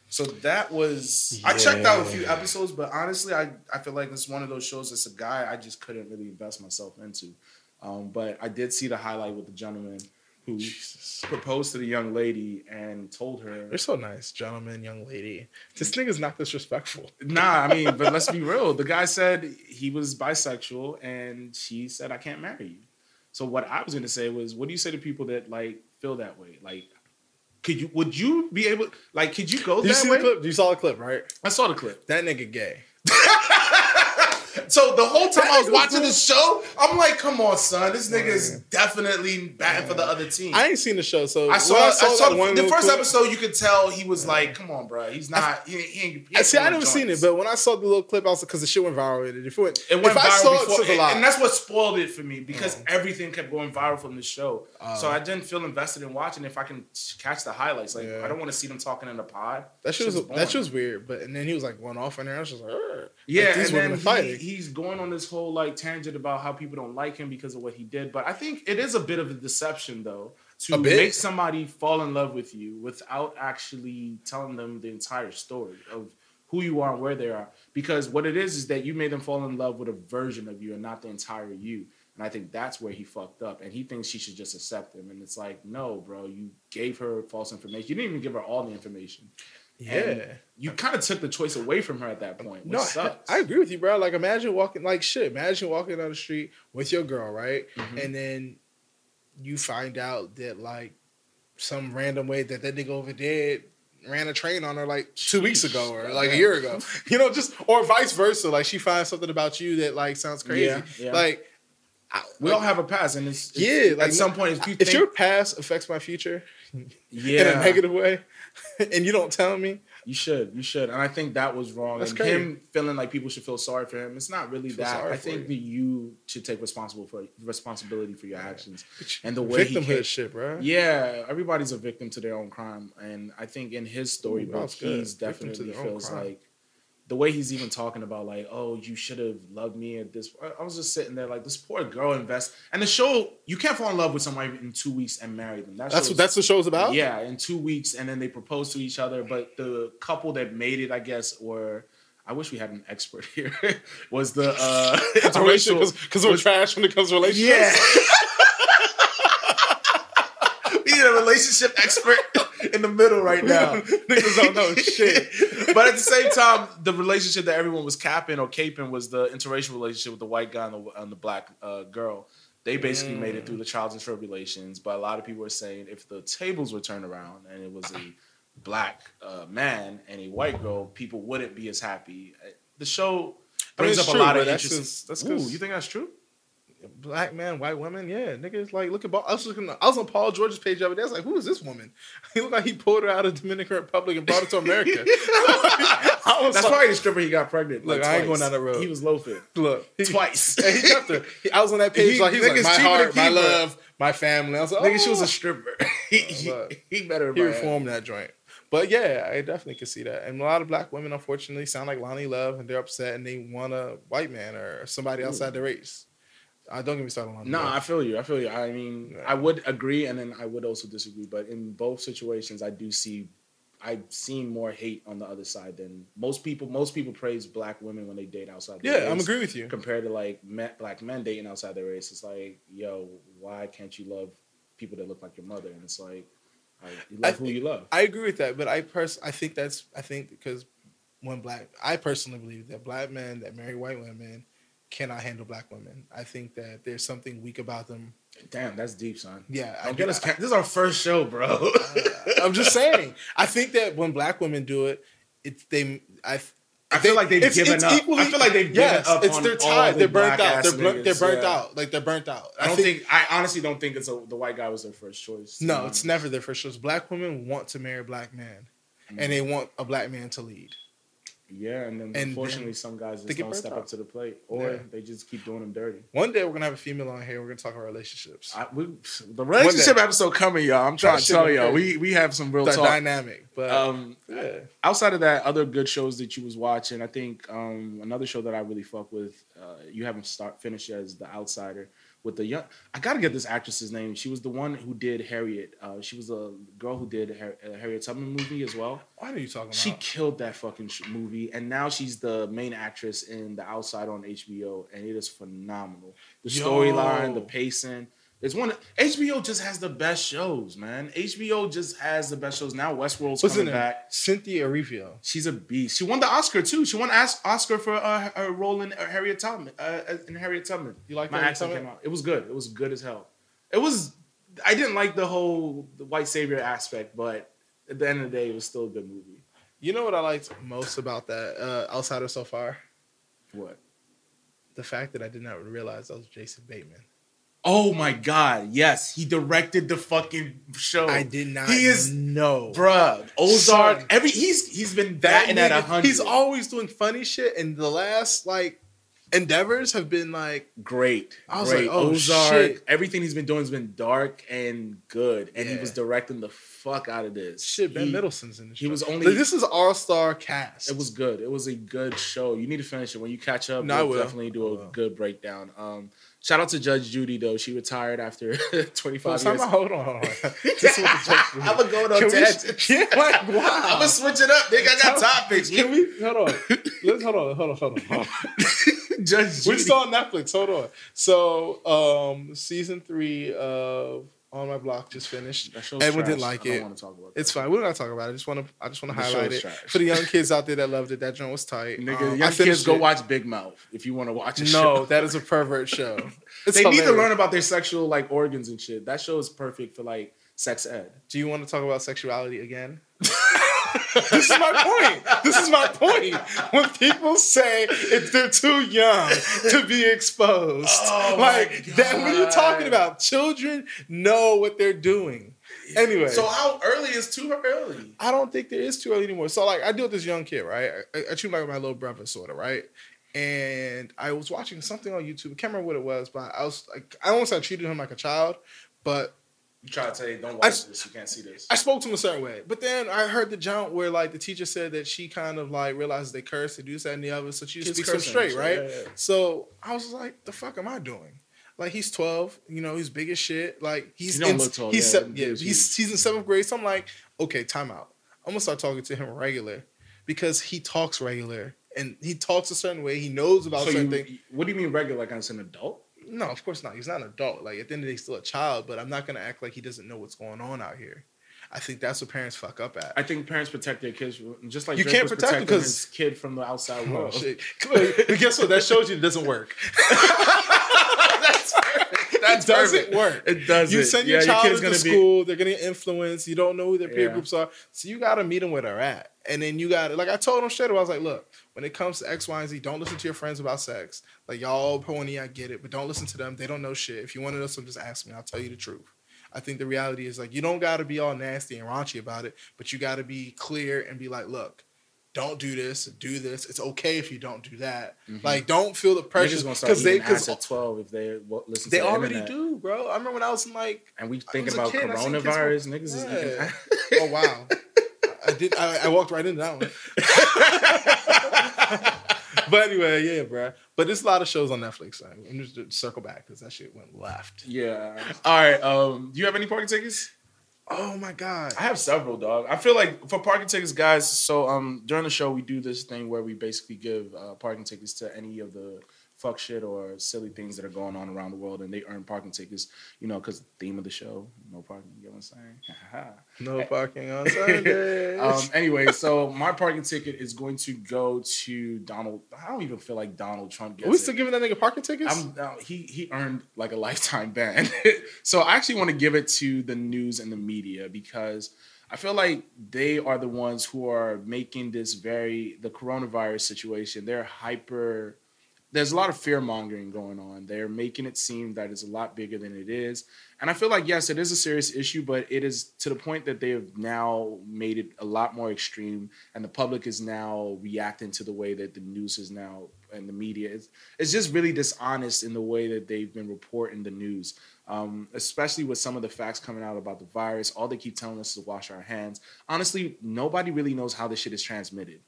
So that was I checked out a few episodes, but honestly, I I feel like it's one of those shows that's a guy I just couldn't really invest myself into. Um, but I did see the highlight with the gentleman who Jesus. proposed to the young lady and told her. They're so nice, gentleman, young lady. This nigga's not disrespectful. Nah, I mean, but let's be real. The guy said he was bisexual, and she said, "I can't marry you." So what I was gonna say was, what do you say to people that like feel that way? Like, could you would you be able like could you go Did you that see way? the clip? You saw the clip, right? I saw the clip. That nigga gay. So the whole time I was watching the show, I'm like, "Come on, son, this nigga is definitely batting for the other team." I ain't seen the show, so I saw, when I saw, that the, one the little first clip- episode. You could tell he was like, "Come on, bro, he's not. he, ain't- he ain't." he I ain't see. I throwing never seen it, joints." but when I saw the little clip, I was because the shit went viral. And if it went, It went if viral I saw it, before, says a and- lot. Oh. and that's what spoiled it for me because everything kept going viral from the show. so I didn't feel invested in watching. If I can catch the highlights, like Yeah. I don't want to see them talking in the pod. that shit was boring. that shit was weird. But and then he was like one off in there. I was just like, "Ugh." yeah. Like, these and women then are he- fighting. he's going on this whole like tangent about how people don't like him because of what he did. But I think it is a bit of a deception though to A bit? make somebody fall in love with you without actually telling them the entire story of who you are and where they are. Because what it is is that you made them fall in love with a version of you and not the entire you. And I think that's where he fucked up. And he thinks she should just accept him. And it's like, no, bro, you gave her false information. You didn't even give her all the information. And Yeah. you kind of took the choice away from her at that point, which No, I, sucks. I agree with you, bro. Like, imagine walking, like, shit. Imagine walking down the street with your girl, right? Mhm. And then you find out that, like, some random way that that nigga over there ran a train on her, like, two weeks ago or, like, a year ago. [laughs] You know, just, or vice versa. Like, she finds something about you that, like, sounds crazy. Yeah, yeah. Like, I, we all have a past, and it's, it's- Yeah, like, at some point, if you if think, your past affects my future yeah, in a negative way [laughs] and you don't tell me, You should, you should, and I think that was wrong. That's and crazy. him feeling like people should feel sorry for him, it's not really Feel that. sorry I for think you. that you should take responsible for responsibility for your actions and the way he. victimhood ca- shit, bro. Yeah, everybody's a victim to their own crime, and I think in his that storybook, was good. he's Victim to definitely their own feels crime. like the way he's even talking about like, oh, you should have loved me at this. I- I was just sitting there like, this poor girl invest, and the show you can't fall in love with somebody in two weeks and marry them. That That's show's- what that's what show's about. yeah, in two weeks, and then they proposed to each other. But the couple that made it, I guess, were I wish we had an expert [laughs] here. was [laughs] the uh, [laughs] interracial? because we're trash when it comes to relationships. [laughs] Yeah. [laughs] We need a relationship expert [laughs] in the middle right now. niggas don't know shit. But at the same time, the relationship that everyone was capping or caping was the interracial relationship with the white guy and the, and the black uh, girl. They basically made Mm. it through the trials and tribulations. But a lot of people are saying if the tables were turned around and it was a black uh, man and a white girl, people wouldn't be as happy. Uh, The show brings it's up true, a lot but of that's interesting. just- that's Ooh, 'cause- you think that's true? [laughs] Black man, white woman, yeah, niggas like look at. Ball, I was looking, I was on Paul George's page the other day. I was like, who is this woman? [laughs] He looked like he pulled her out of Dominican Republic and brought her to America. [laughs] I was That's like, probably the stripper he got pregnant. Look, like, I ain't twice. going down that road. He was low [laughs] fit look, he, twice. [laughs] and he kept her. He- I was on that page He- like he was like niggas my cheaper heart, to my keep her. love, my family. I was like, oh. Nigga, she was a stripper. [laughs] he, he, Look, he met her. he by- reformed that joint. But yeah, I definitely could see that. And a lot of black women, unfortunately, sound like Lonnie Love, and they're upset, and they want a white man or somebody outside their race. I don't get me started on Lonnie. No, Love. I feel you. I feel you. I mean, Yeah. I would agree, and then I would also disagree. But in both situations, I do see, I've seen more hate on the other side than most people. Most people praise black women when they date outside. their yeah, I'm race agree with you. Compared to like me, black men dating outside their race, it's like, yo, why can't you love people that look like your mother? And it's like, I, you I love who think- you love. I agree with that, but I pers- I think that's I think because when black I personally believe that black men that marry white women cannot handle black women. I think that there's something weak about them. Damn, that's deep, son. Yeah, I uh, Don't get us. Can- this is our first show, [laughs] bro. I'm just saying. I think that when black women do it, it's they. I, I feel like they've it's- given it's up. I equally- feel like they've yes, given up It's on all they're tired. the They're burnt black-ass out. They're, bur- they're niggas, burnt yeah. out. Like they're burnt out. I don't think, I honestly don't think it's a, the white guy was their first choice. to be No, honest. it's never their first choice. Black women want to marry a black man, Mm. and they want a black man to lead. Yeah, and then then unfortunately, some guys they just get don't burnt step out. up to the plate, or Yeah. they just keep doing them dirty. One day we're gonna have a female on here. We're gonna talk about relationships. I, we, the relationship day. episode coming, y'all. I'm trying to shit tell gonna y'all, be- we we have some real the talk. dynamic, but Um, yeah. outside of that, other good shows that you was watching, I think um, another show that I really fuck with, uh, you haven't start finished as The Outsider with the young. I gotta get this actress's name. She was the one who did Harriet. Uh, she was a girl who did Har- uh, Harriet Tubman movie as well. Why are you talking about? She killed that fucking sh- movie, and now she's the main actress in The Outside on HBO, and it is phenomenal. The Yo. storyline, the pacing. It's one HBO just has the best shows, man. HBO just has the best shows. Now Westworld's What's her coming name? back. Cynthia Erivo. She's a beast. She won the Oscar too. She won as- Oscar for uh, her role in Harriet Tubman. Uh, in Harriet Tubman, You like my Harriet accent Tubman? came out. It was good. It was good as hell. It was. I didn't like the whole white savior aspect, but at the end of the day, it was still a good movie. You know what I liked most about that uh, outsider so far? What? The fact that I did not realize that was Jason Bateman. Oh my god! Yes, he directed the fucking show. I did not. He is- no. bruh. Ozark. Son. Every he's he's been batting at a nigga, hundred. He's always doing funny shit, and the last like endeavors have been like great. I was great. like, oh, Ozark. shit. Everything he's been doing has been dark and good, and he Yeah. was directing the fuck out of this. shit. Ben He- Middleson's in this. he show. was only- Like, this is all star cast. It was good. It was a good show. You need to finish it when you catch up. No, I we'll will. definitely do I a will. good breakdown. Um, Shout out to Judge Judy though. She retired after [laughs] 25 Well, years. somehow- hold [laughs] on, hold on. This is what the judge I'm gonna go on Can we- tangent. Yeah, [laughs] [laughs] like, wow. I'm gonna switch it up, nigga. I got topics. Can we hold on? Let's hold on, hold on, hold on. Hold on. Judge We're Judy. still on Netflix. Hold on. So, um, season three of On My Block just finished. That show's Everyone didn't trash. like I don't it. want to talk about that. It's fine. We're not talking about it. I just want to. I just want to The show's highlight it trash. for the young kids out there that loved it. That joint was tight. Nigga, Um, I young kids finished go it. watch Big Mouth if you want to watch a show. No, that is a pervert show. [laughs] It's they need to hilarious. learn about their sexual like organs and shit. That show is perfect for like sex ed. Do you want to talk about [laughs] sexuality again? this is my point. This is my point. When people say if they're too young to be exposed, Oh my like that, what are you God. talking about? Children know what they're doing. Anyway, So how early is too early? I don't think there is too early anymore. So like I deal with this young kid, right? I, I treat him like my little brother, sort of, right? And I was watching something on YouTube. I can't remember what it was, but I was like, I won't say I treated him like a child, but You try to tell you don't watch I- this, you can't see this. I spoke to him a certain way, but then I heard the jump where like the teacher said that she kind of like realizes they curse and do this that, and the other, so she just Kids speaks him cursing, straight, so right? yeah, yeah. So I was like, the fuck am I doing? Like he's twelve, you know, he's big as shit. Like he's He don't in, look 12, he's yeah, se- yeah, he's he's he's in seventh grade. So I'm like, okay, time out. I'm gonna start talking to him regular because he talks regular and he talks a certain way. He knows about So you, certain things. what do you mean regular? Like as an adult? No, of course not. He's not an adult. Like at the end of the day, he's still a child. But I'm not gonna act like he doesn't know what's going on out here. I think that's what parents fuck up at. I think parents protect their kids from- just like You Drake can't was protect them protecting his 'cause- kid from the outside [laughs] Oh, world. shit. But guess what? That shows you it doesn't work. [laughs] That's it doesn't work. It doesn't. You send your Yeah, child kid's into school, they're getting influenced. You don't know who their peer Yeah. groups are. So you got to meet them where they're at. And then you got to, like I told them straight away, I was like, look, when it comes to X, Y, and Z, don't listen to your friends about sex. Like, y'all pony, I get it, but don't listen to them. They don't know shit. If you want to know something, just ask me. I'll tell you the truth. I think the reality is like you don't got to be all nasty and raunchy about it, but you got to be clear and be like, look, don't do this, do this. It's okay if you don't do that. Like, don't feel the Mm-hmm. Niggas pressure gonna start because they eating ass because at twelve if they wa- listen. they to the already internet. do, bro. I remember when I was in like And we thinking was a about kid, I seen kids coronavirus. Niggas is Yeah. eating ass. [laughs] Oh wow. I did. I, I walked right into that one. [laughs] but anyway, yeah, bruh. But there's a lot of shows on Netflix. I'm I'm just gonna circle back because that shit went left. Yeah. All right. Um. Do you have any parking tickets? Oh my god. I have several, dog. I feel like for parking tickets, guys. So um, during the show, we do this thing where we basically give uh, parking tickets to any of the fuck shit or silly things that are going on around the world, and they earn parking tickets. You know, because theme of the show, no parking. You get what I'm No parking [laughs] on saying? [laughs] Sundays. um. Anyway, so my parking ticket is going to go to Donald. I don't even feel like Donald Trump gets Are we it. still giving that nigga parking tickets? I'm, uh, he he earned like a [laughs] lifetime ban. so I actually want to give it to the news and the media because I feel like they are the ones who are making this very the coronavirus situation. They're hyper. There's a lot of fear mongering going on. They're making it seem that it's a lot bigger than it is. And I feel like yes, it is a serious issue, but it is to the point that they have now made it a lot more extreme, and the public is now reacting to the way that the news is now and the media is. It's just really dishonest in the way that they've been reporting the news, um, especially with some of the facts coming out about the virus. All they keep telling us is to wash our hands. Honestly, nobody really knows how this shit is transmitted.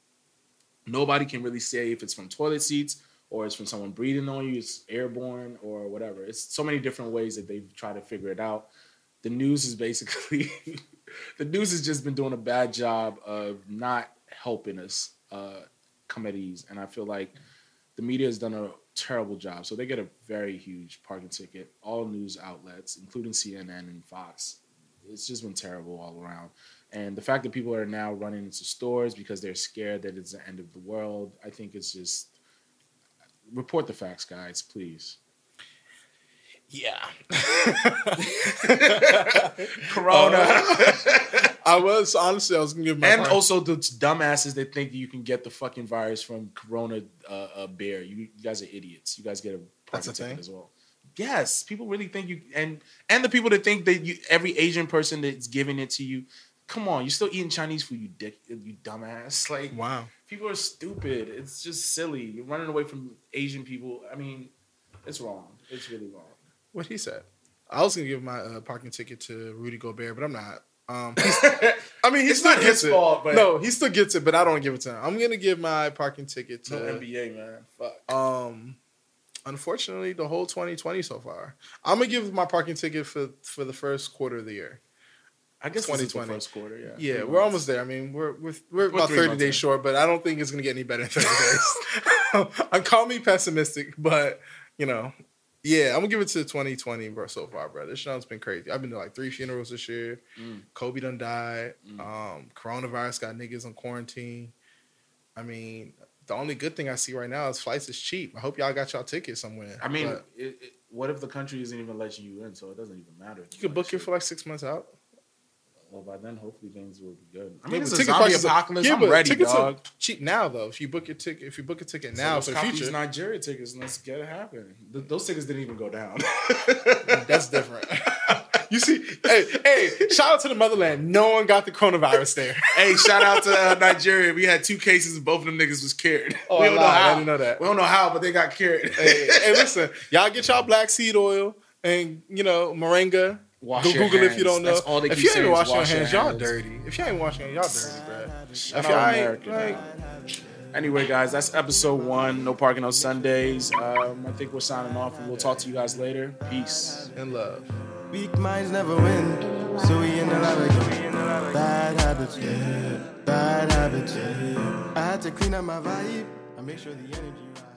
Nobody can really say if it's from toilet seats or it's from someone breathing on you, it's airborne or whatever. It's so many different ways that they've tried to figure it out. The news is [laughs] basically, the news has just been doing a bad job of not helping us uh, come at ease. And I feel like the media has done a terrible job. So they get a very huge parking ticket. All news outlets, including CNN and Fox, it's just been terrible all around. And the fact that people are now running into stores because they're scared that it's the end of the world, I think it's just report the facts, guys, please. [laughs] yeah. Oh, Corona. Uh, I was honestly, I was gonna give my and parking- also the dumbasses that think you can get the fucking virus from Corona uh, a beer. You, you guys are idiots. You guys get a That's a parking ticket thing? as well. Yes, people really think you and and the people that think that you every Asian person that's giving it to you. Come on, you're still eating Chinese food, you dick, you dumbass. [laughs] Like wow. people are stupid. It's just silly. You're running away from Asian people. I mean, it's wrong. It's really wrong. What he said. I was gonna give my uh, parking ticket to Rudy Gobert, but I'm not. Um, [laughs] I mean, he It's still not gets his it. fault, but- no, he still gets it, but I don't give it to him. I'm gonna give my parking ticket No to NBA man. Fuck. um unfortunately, the whole 2020 so far. I'm gonna give my parking ticket for for the first quarter of the year. I guess 2020 this is the 2020. first quarter. Yeah. Yeah, Three we're months. almost there. I mean, we're we're, we're about three 30 months days in. short, but I don't think it's gonna get any better in [laughs] 30 days. I'm call me pessimistic, but you know, yeah, I'm gonna give it to 2020 bro, so far, bro. This shit's been crazy. I've been to like three funerals this year. Mm. Kobe done died. Um, coronavirus got niggas on quarantine. I mean, the only good thing I see right now is flights is cheap. I hope y'all got y'all tickets somewhere. I mean, But it, it, what if the country isn't even letting you in? So it doesn't even matter. you could book it for like six months out. Well, by then, hopefully things will be good. I Yeah, mean, but it's a ticket zombie prices are- apocalypse. yeah, I'm but ready, tickets are dog. Cheap now though. If you book a ticket, if you book a ticket So now let's for the cop these future, Nigeria tickets and let's get it happen. Th- those tickets didn't even go down. [laughs] That's different. [laughs] you see, hey, hey, shout out to the motherland. No one got the coronavirus there. [laughs] hey, shout out to uh, Nigeria. We had two cases and both of them niggas was cured. Oh, we I don't know lied. I how. didn't know that. We don't know how, but they got cured. hey, [laughs] hey, listen, y'all get y'all black seed oil and you know moringa. Wash Go your Google if you hands. don't know. That's all they if keep you ain't saying is washing your wash your hands, y'all hands. dirty. If you ain't washing your hands, y'all dirty, bro. Shout If y'all out ain't, America, like- dog. Anyway, guys, that's episode one. No parking on Sundays. Um, I think we're signing off, and we'll talk to you guys later. Peace. In love. Weak minds never win, so we in the lab again. Bad habits, yeah. Bad habits, yeah. I had to clean up my vibe. I make sure the energy. right.